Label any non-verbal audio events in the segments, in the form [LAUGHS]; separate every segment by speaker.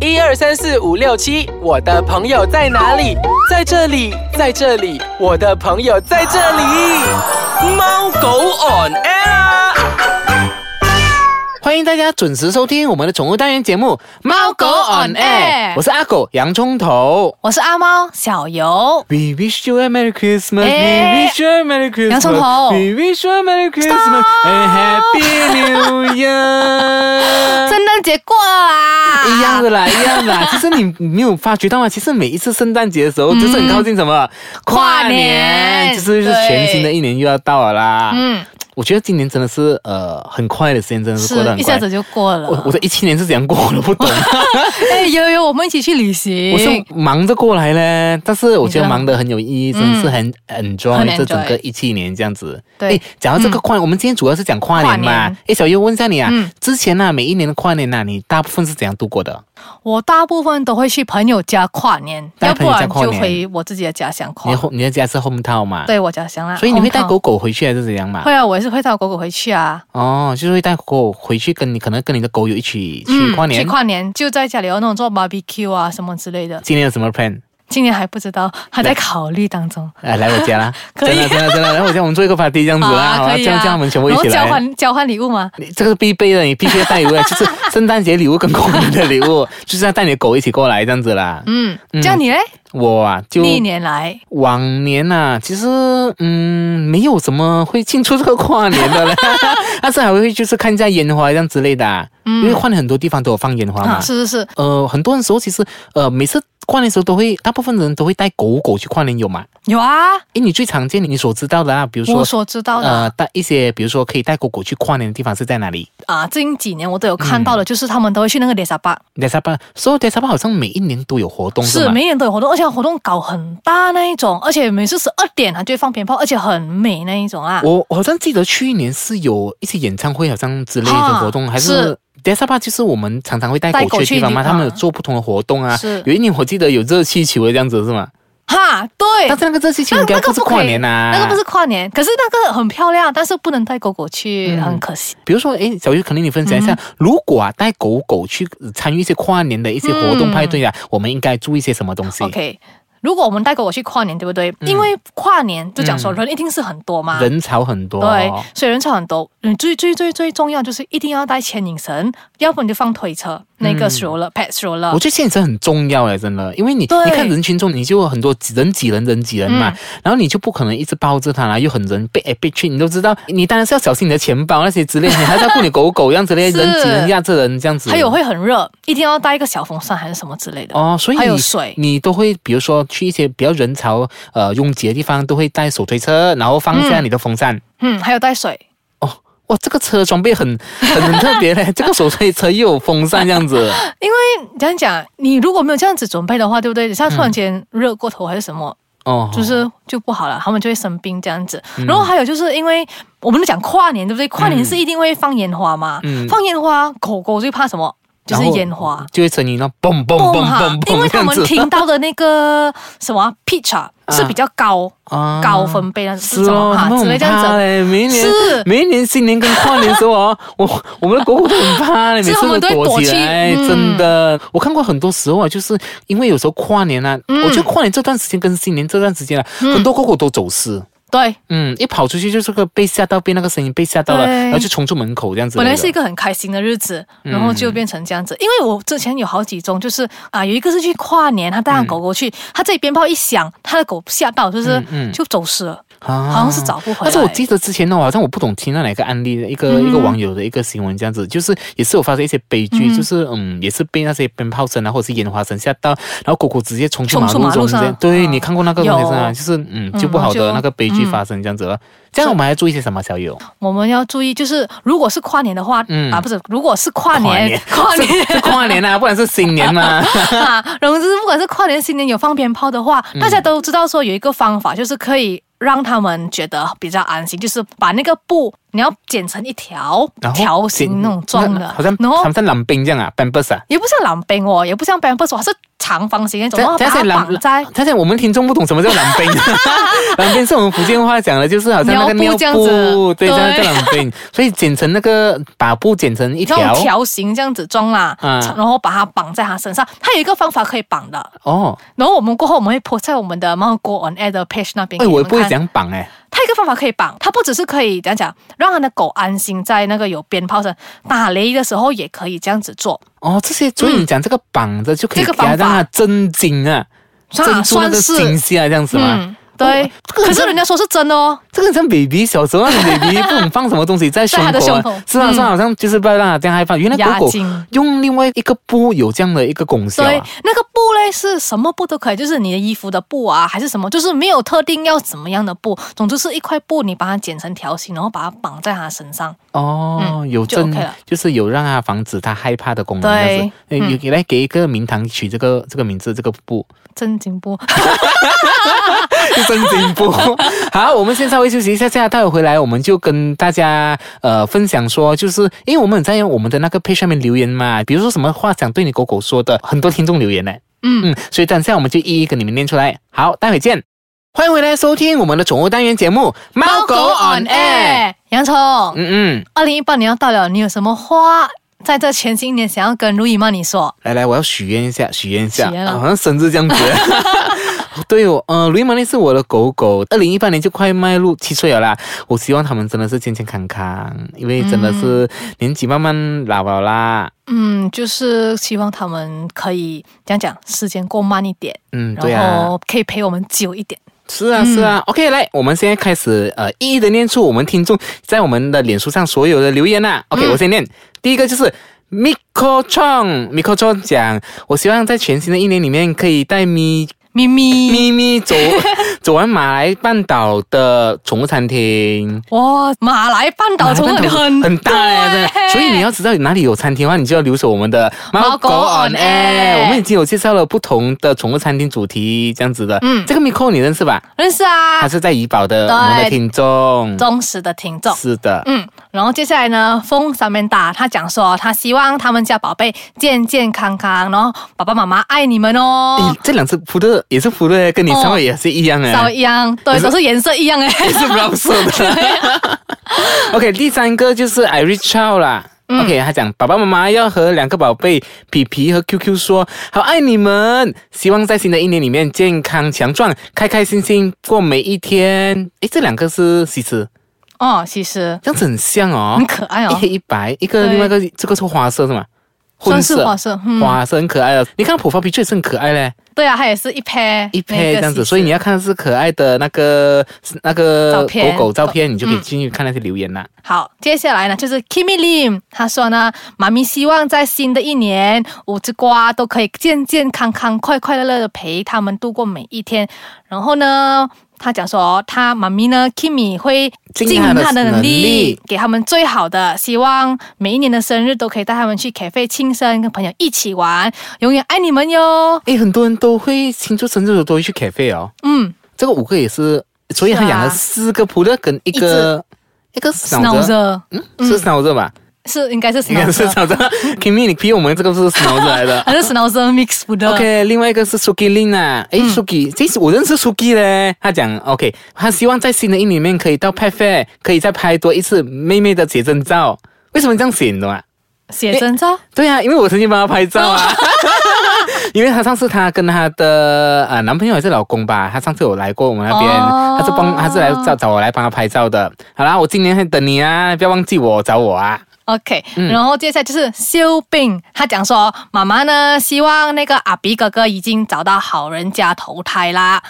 Speaker 1: 一二三四五六七，我的朋友在哪里？在这里，在这里，我的朋友在这里。猫狗 on air 啊！
Speaker 2: 欢迎大家准时收听我们的宠物单元节目《猫狗 on air》，我是阿狗洋葱头。
Speaker 3: 我是阿猫小游。
Speaker 2: We wish you a merry Christmas. We
Speaker 3: 哎
Speaker 2: wish you a merry Christmas.
Speaker 3: 洋葱头
Speaker 2: We wish you a merry Christmas and happy New Year.
Speaker 3: 圣诞节过了啊，
Speaker 2: 一样的啦，一样
Speaker 3: [LAUGHS]
Speaker 2: 的啦。其实你没有发觉到吗？其实每一次圣诞节的时候，就是很靠近什么
Speaker 3: 嗯跨年
Speaker 2: 就是就是全新的一年又要到了啦。
Speaker 3: 嗯，
Speaker 2: 我觉得今年真的是呃很快的时间，真的是过得
Speaker 3: 是
Speaker 2: 很
Speaker 3: 一
Speaker 2: 快。
Speaker 3: 下子就过了。
Speaker 2: 我我的一七年是怎样过我都不懂。
Speaker 3: [LAUGHS] 哎，悠悠，我们一起去旅行。
Speaker 2: 我是忙着过来嘞，但是我觉得忙得很有意义，真的是很
Speaker 3: 嗯很
Speaker 2: enjoy
Speaker 3: enjoy
Speaker 2: 这整个一七年这样子。
Speaker 3: 对嗯
Speaker 2: 诶讲到这个跨年，我们今天主要是讲跨年
Speaker 3: 跨
Speaker 2: 嘛
Speaker 3: 年。
Speaker 2: 哎，小优问一下你啊
Speaker 3: 嗯，
Speaker 2: 之前呢每一年的跨年呢，你大部分是怎样度过的？
Speaker 3: 我大部分都会去朋友家跨年，
Speaker 2: 带
Speaker 3: 要
Speaker 2: 朋
Speaker 3: 不
Speaker 2: 友家
Speaker 3: 然
Speaker 2: 跨年
Speaker 3: 就回我自己的家乡跨
Speaker 2: 你。后你的家是 home town 嘛？。
Speaker 3: 对我家乡啦，
Speaker 2: 所以你会带
Speaker 3: hometown
Speaker 2: 狗？狗回去还是怎样嘛？
Speaker 3: 会啊，我也是会带狗狗回去啊。
Speaker 2: 哦，就是会带狗狗回去，跟你可能跟你的狗友一起去跨年
Speaker 3: 嗯去。跨年就在家里有那种做 barbecue 啊什么之类的。
Speaker 2: 今年有什么 plan？
Speaker 3: 今年还不知道，还在考虑当中。
Speaker 2: 哎，来我家啦！
Speaker 3: [LAUGHS] 可
Speaker 2: 真
Speaker 3: 以啊
Speaker 2: 的真的真的，来我家我们做一个 party 这样子
Speaker 3: [LAUGHS]
Speaker 2: 啦，嗯好吧啊
Speaker 3: 可以
Speaker 2: 这样这样我们全部一起
Speaker 3: 然后交
Speaker 2: 来。
Speaker 3: 换交换礼物吗？
Speaker 2: 你这个是必备的，你必须要带礼物的，
Speaker 3: [LAUGHS]
Speaker 2: 就是圣诞节礼物跟过年的礼物， [LAUGHS] 就是要带你的狗一起过来这样子啦。
Speaker 3: 嗯，这样你嘞？
Speaker 2: 我啊，就
Speaker 3: 历年来
Speaker 2: 往年呐、其实嗯，没有什么会庆祝这个跨年
Speaker 3: [LAUGHS]
Speaker 2: 的嘞，但是还会就是看一下烟花这样之类的、啊，因为跨年很多地方都有放烟花嘛。
Speaker 3: 嗯啊，是是是，
Speaker 2: 呃，很多人时候其实呃，每次跨年的时候都会，大部分人都会带狗狗去跨年有嘛？
Speaker 3: 有啊，
Speaker 2: 诶，你最常见你所知道的啊，比如说
Speaker 3: 我所知道的
Speaker 2: 呃，带一些比如说可以带狗狗去跨年的地方是在哪里？
Speaker 3: 啊，近几年我都有看
Speaker 2: 嗯
Speaker 3: 到的，就是他们都会去那个 d e s a b a
Speaker 2: 迪沙巴，所以迪沙巴好像每一年都有活动
Speaker 3: 是
Speaker 2: 吗？
Speaker 3: 每年都有活动，而且活动搞很大那一种，而且每次十二点它就会放鞭炮，而且很美那一种啊。
Speaker 2: 我我好像记得去年是有一些演唱会好像之类的
Speaker 3: 啊
Speaker 2: 活动，还是
Speaker 3: 是。
Speaker 2: 迪沙巴就是我们常常会带
Speaker 3: 带
Speaker 2: 狗
Speaker 3: 狗
Speaker 2: 去的地
Speaker 3: 去
Speaker 2: 方嘛，
Speaker 3: 旅
Speaker 2: 他们有
Speaker 3: 啊
Speaker 2: 做不同的活动啊
Speaker 3: 是。
Speaker 2: 有一年我记得有热气球的这样子是吗？
Speaker 3: 哈，对，
Speaker 2: 但是那个热气球
Speaker 3: 哎那
Speaker 2: 应该
Speaker 3: 那个
Speaker 2: 不是
Speaker 3: 不可以
Speaker 2: 跨年啊，
Speaker 3: 那个不是。跨年，可是那个很漂亮，但是不能带狗狗去，
Speaker 2: 嗯
Speaker 3: 很可惜。
Speaker 2: 比如说，诶，小玉，可能你分享一下，
Speaker 3: 嗯
Speaker 2: 如果啊带狗狗去参与一些跨年的一些活动
Speaker 3: 嗯
Speaker 2: 派对啊，我们应该注意些什么东西？
Speaker 3: OK，如果我们带狗狗去跨年，对不对？
Speaker 2: 嗯
Speaker 3: 因为跨年就讲说人一定是很多嘛。
Speaker 2: 人潮很多，
Speaker 3: 对，所以人潮很多。嗯，最最最最重要就是一定要带牵引绳，要不然你就放推车，那个
Speaker 2: 嗯
Speaker 3: stroller、pet stroller
Speaker 2: 我。觉得现实很重要哎，真的，因为你
Speaker 3: 哦对嗯
Speaker 2: 你看人群中，你就有很多挤人挤人人挤人嘛，然后你就不可能一直抱着它啦，又很人背来背去，你都知道，你当然是要小心你的钱包那些之类，你还是要顾你狗狗这样之类，
Speaker 3: [LAUGHS] 是
Speaker 2: 人挤人压着人这样子。
Speaker 3: 还有会很热，一定要带一个小风扇还是什么之类的。
Speaker 2: 哦，所以你
Speaker 3: 还有水
Speaker 2: 你都会比如说去一些比较人潮呃拥挤的地方，都会带手推车，然后放下你的风扇。
Speaker 3: 嗯，还有带水。
Speaker 2: 哦，哇，这个车装备很 [LAUGHS] 很很特别
Speaker 3: [LAUGHS]
Speaker 2: 嘞，这个手推车又有风扇这样子。
Speaker 3: 因为嗯这样讲，你如果没有这样子准备的话，对不对？等下突然间热过头还是什么，
Speaker 2: 哦，嗯
Speaker 3: 就是就不好了，他们就会生病这样子。然后还有就是因为我们都讲跨年，对不对？跨年是一定会放烟花嘛，
Speaker 2: 嗯
Speaker 3: 放烟花，狗狗最怕什么？就是
Speaker 2: 然后
Speaker 3: 烟花。
Speaker 2: 就会成音那嘣嘣
Speaker 3: 蹦
Speaker 2: 嘣
Speaker 3: 哈
Speaker 2: 嘣，嘣，
Speaker 3: 因为他们
Speaker 2: 这样子
Speaker 3: 听到的
Speaker 2: [LAUGHS]
Speaker 3: 那个什么 pitch 啊
Speaker 2: 啊
Speaker 3: 是比较高
Speaker 2: 啊
Speaker 3: 高分贝那
Speaker 2: 是
Speaker 3: 种
Speaker 2: 哦，
Speaker 3: 哈
Speaker 2: 他们
Speaker 3: 之类
Speaker 2: 很
Speaker 3: 这样
Speaker 2: 怕
Speaker 3: 子，
Speaker 2: 嘞。每一年
Speaker 3: 是
Speaker 2: 每一年新年跟跨年的时候哦，我 [LAUGHS] 我们的狗狗都很怕嘞，每
Speaker 3: 是
Speaker 2: 次
Speaker 3: 我们都会
Speaker 2: 躲
Speaker 3: 躲
Speaker 2: 起
Speaker 3: 去
Speaker 2: 来，
Speaker 3: 嗯
Speaker 2: 真的。我看过很多时候啊，就是因为有时候跨年啊，
Speaker 3: 嗯
Speaker 2: 我觉得跨年这段时间跟新年这段时间啊，很多狗狗都走失。
Speaker 3: 对，
Speaker 2: 嗯，一跑出去就是个被吓到，被那个声音被吓到了，
Speaker 3: 对
Speaker 2: 然后就冲出门口这样子的。
Speaker 3: 本来是一个很开心的日子，
Speaker 2: 嗯
Speaker 3: 然后就变成这样子。因为我之前有好几宗，就是啊，有一个是去跨年，他带上狗狗去，他自己鞭炮一响，他的狗吓到，就是
Speaker 2: 嗯嗯
Speaker 3: 就走失了，
Speaker 2: 啊
Speaker 3: 好像是找不回来。嗯
Speaker 2: 但是我记得之前呢，我好像我不懂听到哪个案例，一个、一个网友的一个新闻这样子，就是也是有发生一些悲剧，就是嗯，也是被那些鞭炮声啊或者是烟花声吓到，然后狗狗直接冲去
Speaker 3: 冲
Speaker 2: 马
Speaker 3: 出
Speaker 2: 路
Speaker 3: 马
Speaker 2: 中
Speaker 3: 路
Speaker 2: 间，
Speaker 3: 上
Speaker 2: 对、
Speaker 3: 啊
Speaker 2: 你看过那个东西是啊，
Speaker 3: 有
Speaker 2: 就是嗯
Speaker 3: 嗯
Speaker 2: 就不好的
Speaker 3: 就嗯
Speaker 2: 那个悲剧发生这样子了。这样我们还要做一些什么？小友，
Speaker 3: 我们要注意，就是如果是跨年的话，
Speaker 2: 嗯
Speaker 3: 啊，不是，如果是跨年，
Speaker 2: 跨年 [LAUGHS] 是是跨年啊，不然是新年
Speaker 3: [LAUGHS]
Speaker 2: 嘛。
Speaker 3: 啊，总之不管是跨年、新年有放鞭炮的话，
Speaker 2: 嗯
Speaker 3: 大家都知道说有一个方法，就是可以让他们觉得比较安心，就是把那个布你要剪成一条
Speaker 2: 然后
Speaker 3: 条形那种状的，
Speaker 2: 好像
Speaker 3: 然
Speaker 2: 好
Speaker 3: 后
Speaker 2: 像冷冰这样啊 b a m b u s 啊。
Speaker 3: 也不像冷冰哦，也不像 b a m b u s 它是长方形那种，然后把它绑在
Speaker 2: 但是我们听众不懂什么叫
Speaker 3: [LAUGHS]
Speaker 2: 冷冰，冷冰是我们福建话讲的，就是好像那个
Speaker 3: 尿
Speaker 2: 尿
Speaker 3: 布这样子
Speaker 2: 布，对，
Speaker 3: 对
Speaker 2: 这样叫冷冰。所以剪成那个把布剪成一
Speaker 3: 那
Speaker 2: 条
Speaker 3: 种条形这样子装啦，
Speaker 2: 嗯
Speaker 3: 然后把它绑在它身上。它有一个方法可以绑的，
Speaker 2: 哦，
Speaker 3: 然后我们过后我们会 po 在我们的猫狗 on air 的 page 那边。
Speaker 2: 哎，
Speaker 3: 给你
Speaker 2: 我
Speaker 3: 们
Speaker 2: 也不会
Speaker 3: 看
Speaker 2: 这样绑哎，
Speaker 3: 它有一个方法可以绑，它不只是可以怎样讲，让它的狗安心在那个有鞭炮声打雷的时候也可以这样子做，
Speaker 2: 哦，这些所以你讲这个绑着就可以
Speaker 3: 嗯这个
Speaker 2: 给它
Speaker 3: 方
Speaker 2: 让它
Speaker 3: 法
Speaker 2: 震惊啊，
Speaker 3: 算
Speaker 2: 震住那个
Speaker 3: 算是
Speaker 2: 惊吓这样子嘛。
Speaker 3: 嗯，对。可是人家说是真的哦，
Speaker 2: 这个很像 baby 小时候那种 baby 不懂放什么东西在胸口、啊，
Speaker 3: 在他的胸口
Speaker 2: 是啊，
Speaker 3: 嗯
Speaker 2: 是啊，好像就是不要让他这样害怕。原来
Speaker 3: 压
Speaker 2: 狗狗
Speaker 3: 惊
Speaker 2: 用另外一个布有这样的一个功效、
Speaker 3: 对
Speaker 2: 啊。，
Speaker 3: 那个布嘞是什么布都可以，就是你的衣服的布啊，还是什么，就是没有特定要怎么样的布，总之是一块布，你把它剪成条形，然后把它绑在它身上。
Speaker 2: 哦，
Speaker 3: 嗯
Speaker 2: 有
Speaker 3: 就
Speaker 2: 正
Speaker 3: OK 了
Speaker 2: 就是有让他防止他害怕的功能，
Speaker 3: 对
Speaker 2: 这样子呃有给来给一个名堂取这个这个名字，这个布
Speaker 3: 正经布，
Speaker 2: 是真经布。 [LAUGHS] 好，我们先稍微休息一下下，待会回来我们就跟大家呃分享说，就是因为我们很在意我们的那个配上面留言嘛，比如说什么话想对你狗狗说的，很多听众留言呢。
Speaker 3: 嗯，
Speaker 2: 嗯，所以等一下我们就一一跟你们念出来。好，待会见。欢迎回来收听我们的宠物单元节目《猫狗 on air》。
Speaker 3: 洋葱，
Speaker 2: 嗯嗯，
Speaker 3: 二零一八年要到了，你有什么话在这全新年想要跟如意妈你说？
Speaker 2: 来来，我要许愿一下，许愿一下，
Speaker 3: 许愿了哦
Speaker 2: 啊好像生日这
Speaker 3: [LAUGHS]
Speaker 2: 样子。对哦，呃，雷玛丽是我的狗狗，二零一八年就快迈入七岁了啦。我希望它们真的是健健康康，因为真的是年纪慢慢老了啦。
Speaker 3: 嗯，就是希望他们可以这样讲，时间过慢一点，
Speaker 2: 嗯，对
Speaker 3: 然
Speaker 2: 啊，
Speaker 3: 后可以陪我们久一点。
Speaker 2: 是啊，
Speaker 3: 嗯
Speaker 2: 是啊。OK，来，我们现在开始呃，一一的念出我们听众在我们的脸书上所有的留言啦、OK，、我先
Speaker 3: 嗯
Speaker 2: 念，第一个就是 Miko Chong，Miko Chong 讲，我希望在全新的一年里面可以带咪
Speaker 3: 咪咪，
Speaker 2: 咪咪
Speaker 3: [LAUGHS]
Speaker 2: 走走完马来半岛的宠物餐厅。
Speaker 3: 哇，马来半岛从
Speaker 2: 马来半岛
Speaker 3: 哦很
Speaker 2: 很大嘞，真的所以你要知道哪里有餐厅的话，你就要留守我们的
Speaker 3: 猫狗 on air
Speaker 2: 我们已经有介绍了不同的宠物餐厅主题这样子的。
Speaker 3: 嗯
Speaker 2: 这个 Miko 你认识吧？
Speaker 3: 认识啊
Speaker 2: 他，是在怡保的
Speaker 3: 对
Speaker 2: 我们的听众。
Speaker 3: 忠实的听众。
Speaker 2: 是的，
Speaker 3: 嗯，然后接下来呢，风三面大他讲说，他希望他们家宝贝健健康康，然后爸爸妈妈爱你们哦
Speaker 2: 诶，这两只扑的也是扑的，跟你稍微也是一样哎、
Speaker 3: 稍微一样，对，
Speaker 2: 可是
Speaker 3: 都是颜色一样哎。
Speaker 2: 也是 brown 色的。OK，第三个就是 I reach out 啦。OK，他
Speaker 3: 嗯
Speaker 2: 讲爸爸妈妈要和两个宝贝皮皮和 QQ 说，好爱你们，希望在新的一年里面健康强壮，开开心心过每一天。诶，这两个是西施，
Speaker 3: [LAUGHS] 哦，其实
Speaker 2: 这样子很像哦，
Speaker 3: 很可爱哦
Speaker 2: 一黑一白，一个
Speaker 3: 对
Speaker 2: 另外一个这个是花色是吗？
Speaker 3: 算
Speaker 2: 混
Speaker 3: 是
Speaker 2: 色，
Speaker 3: 花色嗯
Speaker 2: 花色很可爱哦。你看普发皮确实很可爱嘞，
Speaker 3: 对啊，它也是一 pair
Speaker 2: 一
Speaker 3: 那个
Speaker 2: 配这样
Speaker 3: 西
Speaker 2: 子，
Speaker 3: 施
Speaker 2: 所以你要看是可爱的那个那个
Speaker 3: 照片嗯
Speaker 2: 狗狗照片，你就可以进去看那些留言啦。
Speaker 3: 好，接下来呢就是 Kimi Lim，他说呢，妈咪希望在新的一年，五只瓜都可以健健康康、快快乐乐的陪他们度过每一天。然后呢，他讲说，他妈咪呢 Kimi 会
Speaker 2: 尽他的
Speaker 3: 他的
Speaker 2: 能
Speaker 3: 能
Speaker 2: 力
Speaker 3: 力，给他们最好的，希望每一年的生日都可以带他们去 cafe 庆生，跟朋友一起玩，永远爱你们哟。
Speaker 2: 诶，很多人都会庆祝生日的时候都会去 cafe 哦。
Speaker 3: 嗯，
Speaker 2: 这个五个也是，所以他
Speaker 3: 是啊
Speaker 2: 养了四个扑乐跟一个一个脑子，
Speaker 3: 啊 Snowzer
Speaker 2: 嗯，是脑子吧？
Speaker 3: 是应该是
Speaker 2: 应该是
Speaker 3: Snowzer，
Speaker 2: 脑子。Kimi，你 [LAUGHS] P 我们这个是脑子来
Speaker 3: [LAUGHS]
Speaker 2: 的。
Speaker 3: 还是 Snowzer mix 不的。
Speaker 2: OK，另外一个是 Suki Lin 啊，诶
Speaker 3: 嗯
Speaker 2: s u k i 这次我认识 Suki 嘞。他讲 OK，他希望在新的一年里面可以到派 fair，可以再拍多一次妹妹的写真照。为什么这样写？你懂吗？
Speaker 3: 写真照，
Speaker 2: 对啊，因为我曾经帮她拍照啊。
Speaker 3: 哦
Speaker 2: [LAUGHS] 因为她上次她跟她的呃男朋友还是老公吧，她上次有来过我们那边，
Speaker 3: 哦
Speaker 2: 她是帮她是来找找我来帮她拍照的。好啦，我今年还等你啊，不要忘记我找我啊。
Speaker 3: OK，、然后接下来就是修病，他讲说妈妈呢希望那个阿比哥哥已经找到好人家投胎啦。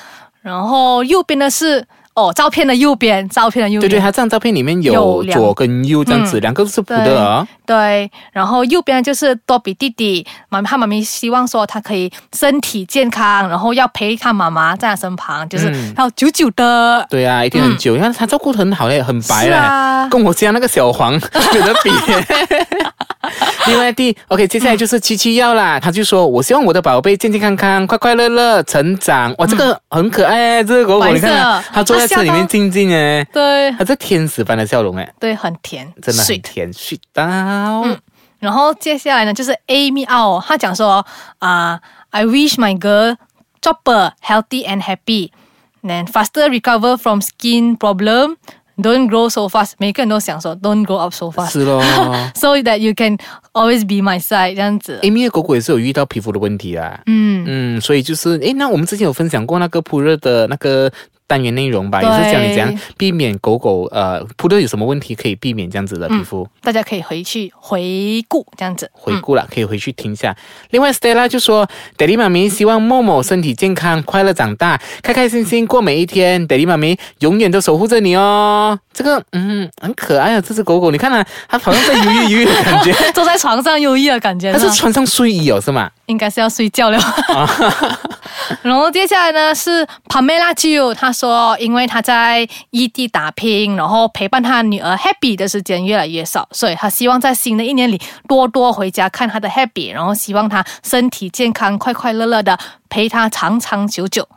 Speaker 3: 然后右边的是哦，照片的右边，照片的右
Speaker 2: 对
Speaker 3: 边，
Speaker 2: 对，她这张照片里面有
Speaker 3: 有两嗯
Speaker 2: 左跟右这样子，两个都是普的哦。
Speaker 3: 对，然后右边就是多比弟弟，妈他妈咪希望说他可以身体健康，然后要陪他妈妈在他身旁，就是
Speaker 2: 嗯
Speaker 3: 要久久的。
Speaker 2: 对啊，一定很久，你看她照顾得很好嘞，很白
Speaker 3: 嗯是
Speaker 2: 嘞，
Speaker 3: 啊
Speaker 2: 跟我家那个小黄 [LAUGHS] 有得
Speaker 3: [LAUGHS]
Speaker 2: 比。另外第 OK，接下来就是七七要
Speaker 3: 嗯
Speaker 2: 啦，他就说我希望我的宝贝健健康康、快快乐乐成长。哇，这个很可爱，这个狗狗
Speaker 3: 嗯白色
Speaker 2: 你看啊它坐在车里面静静哎，
Speaker 3: 对
Speaker 2: 他这天使般的笑容哎，
Speaker 3: 对，很甜，
Speaker 2: 真的很
Speaker 3: sweet 嗯
Speaker 2: 甜，sweet 到。
Speaker 3: 然后接下来呢，就是 Amy Ao，她讲说啊、i wish my girl Chopper healthy and happy, then faster recover from skin problem, don't grow so fast。每个人都想说 don't grow up so fast
Speaker 2: 是
Speaker 3: [LAUGHS]
Speaker 2: 咯
Speaker 3: so that you can always be my side 这样子。
Speaker 2: Amy 的狗狗也是有遇到皮肤的问题啦，
Speaker 3: 嗯，
Speaker 2: 嗯，所以就是，诶，那我们之前有分享过那个扑热的那个单元内容吧，也是教你怎
Speaker 3: 对
Speaker 2: 样避免狗狗呃扑热有什么问题可以避免这样子的
Speaker 3: 嗯
Speaker 2: 皮肤。
Speaker 3: 大家可以回去回顾这样子。
Speaker 2: 回顾了，可以回去听一下。另外，Stella 就说，Daddy 妈咪希望默默身体健康，快乐长大，开开心心过每一天。Daddy 妈咪永远都守护着你哦。这个，嗯，很可爱啊，这只狗狗，你看啊，它好像在犹豫犹豫的
Speaker 3: [LAUGHS]
Speaker 2: 感觉，
Speaker 3: 嗯坐在床上忧郁的感觉，
Speaker 2: 它
Speaker 3: 是
Speaker 2: 是
Speaker 3: 吧
Speaker 2: 穿上睡衣哦，是吗？
Speaker 3: 应该是要睡觉了。然后接下来呢是 Pamela Gill，她说，因为她在异地打拼，然后陪伴她女儿 Happy 的时间越来越少，所以她希望在新的一年里多多回家看她的 Happy，然后希望她身体健康、快快乐乐的陪她长长久久。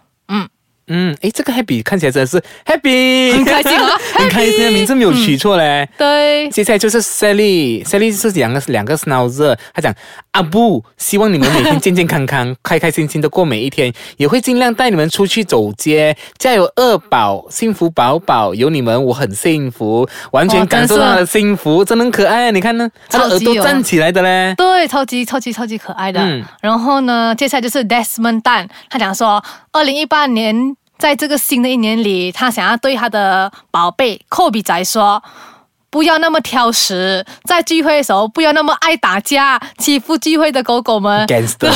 Speaker 2: 嗯，诶，这个 Happy 看起来真的是 Happy，很
Speaker 3: 开心啊
Speaker 2: [LAUGHS] 很开心啊，名字没有取错嘞。
Speaker 3: 对，
Speaker 2: 接下来就是 Sally，Sally 是两个两个 Schnauzer，他讲阿布，希望你们每天健健康康、开开心心的过每一天，也会尽量带你们出去走街，加油二宝，幸福宝宝，有你们我很幸福，完全
Speaker 3: 哦
Speaker 2: 感受
Speaker 3: 真
Speaker 2: 到
Speaker 3: 是
Speaker 2: 他的幸福，真的很可爱啊！你看呢，他的
Speaker 3: 超
Speaker 2: 耳
Speaker 3: 级哦
Speaker 2: 朵
Speaker 3: 有
Speaker 2: 站起来的
Speaker 3: [LAUGHS]
Speaker 2: 嘞。
Speaker 3: 对，超级超级超级可爱的。
Speaker 2: 嗯
Speaker 3: 然后呢，接下来就是 Desmond 蛋，他讲说，二零一八年在这个新的一年里，他想要对他的宝贝科比仔说。不要那么挑食，在聚会的时候不要那么爱打架，欺负聚会的狗狗们。
Speaker 2: Gangster，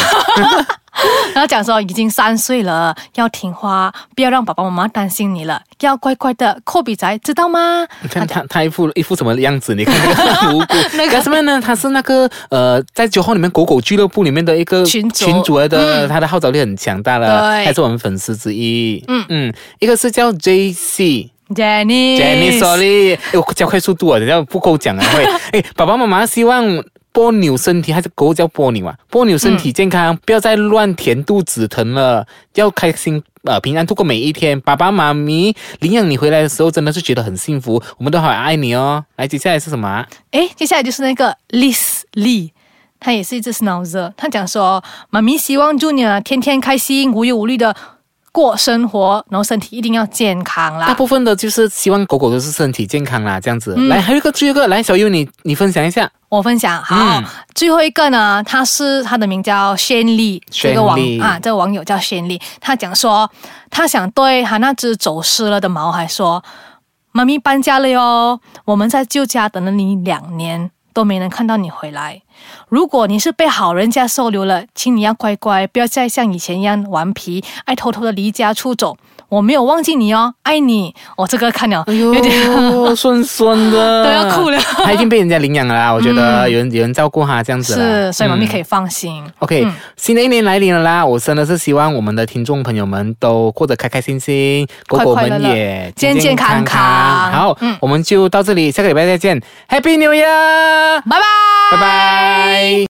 Speaker 3: 然后讲说已经三岁了，要听话，不要让爸爸妈妈担心你了，要乖乖的。科比仔知道吗？
Speaker 2: 你看他他一副一副什么样子？你看那个
Speaker 3: [LAUGHS]
Speaker 2: 很无辜。
Speaker 3: 那个
Speaker 2: Gasman 呢？他是那个呃，在九号里面狗狗俱乐部里面的一个
Speaker 3: 群主
Speaker 2: 群主来的，他的号召力很强大了，
Speaker 3: 对
Speaker 2: 还是我们粉丝之一。嗯嗯，一个是叫 J C。
Speaker 3: Jenny，
Speaker 2: Jenny Sorry，哎我加快速度啊，等一下不够讲啊会。哎，爸爸妈妈希望波妞身体，还是狗叫波妞啊？波妞身体健康，不要再乱填肚子疼了，要开心。呃，平安度过每一天。爸爸妈咪领养你回来的时候，真的是觉得很幸福。我们都好爱你哦。来，接下来是什么啊、
Speaker 3: 诶，哎接下来就是那个 Liz Lee，他也是一只 Schnauzer，他讲说，妈咪希望 Junior 天天开心、无忧无虑的过生活，然后身体一定要健康
Speaker 2: 大
Speaker 3: 啦。
Speaker 2: 部分的就是希望狗狗都是身体健康啦，这样子。来，还有一个，最后一个，来，小优你你分享一下。
Speaker 3: 我分享好，
Speaker 2: 嗯
Speaker 3: 最后一个呢，他是他的名叫 Shen Lee，这个网
Speaker 2: Shen Lee
Speaker 3: 啊，这个网友叫 Shen Lee，他讲说，他想对他那只走失了的毛孩说，妈咪搬家了哟，我们在旧家等了你两年，都没能看到你回来。如果你是被好人家收留了，请你要乖乖，不要再像以前一样顽皮，爱偷偷的离家出走。我没有忘记你哦，爱你。我、这个看了有点、
Speaker 2: 呦， [LAUGHS] 酸酸的，
Speaker 3: 哎都要哭了
Speaker 2: [LAUGHS] 他已经被人家领养了啦，我觉得有人、有人照顾他这样子啦
Speaker 3: 嗯是，所以妈咪可
Speaker 2: 以。
Speaker 3: 以嗯放心。
Speaker 2: OK，、新的一年来临了啦，我真的是希望我们的听众朋友们都过得开开心心，狗
Speaker 3: 快
Speaker 2: 狗
Speaker 3: 快乐
Speaker 2: 们
Speaker 3: 乐
Speaker 2: 也
Speaker 3: 健健康康
Speaker 2: 好，
Speaker 3: 嗯
Speaker 2: 我们就到这里，下个礼拜再见，Happy New Year，
Speaker 3: 拜拜。
Speaker 2: 拜拜。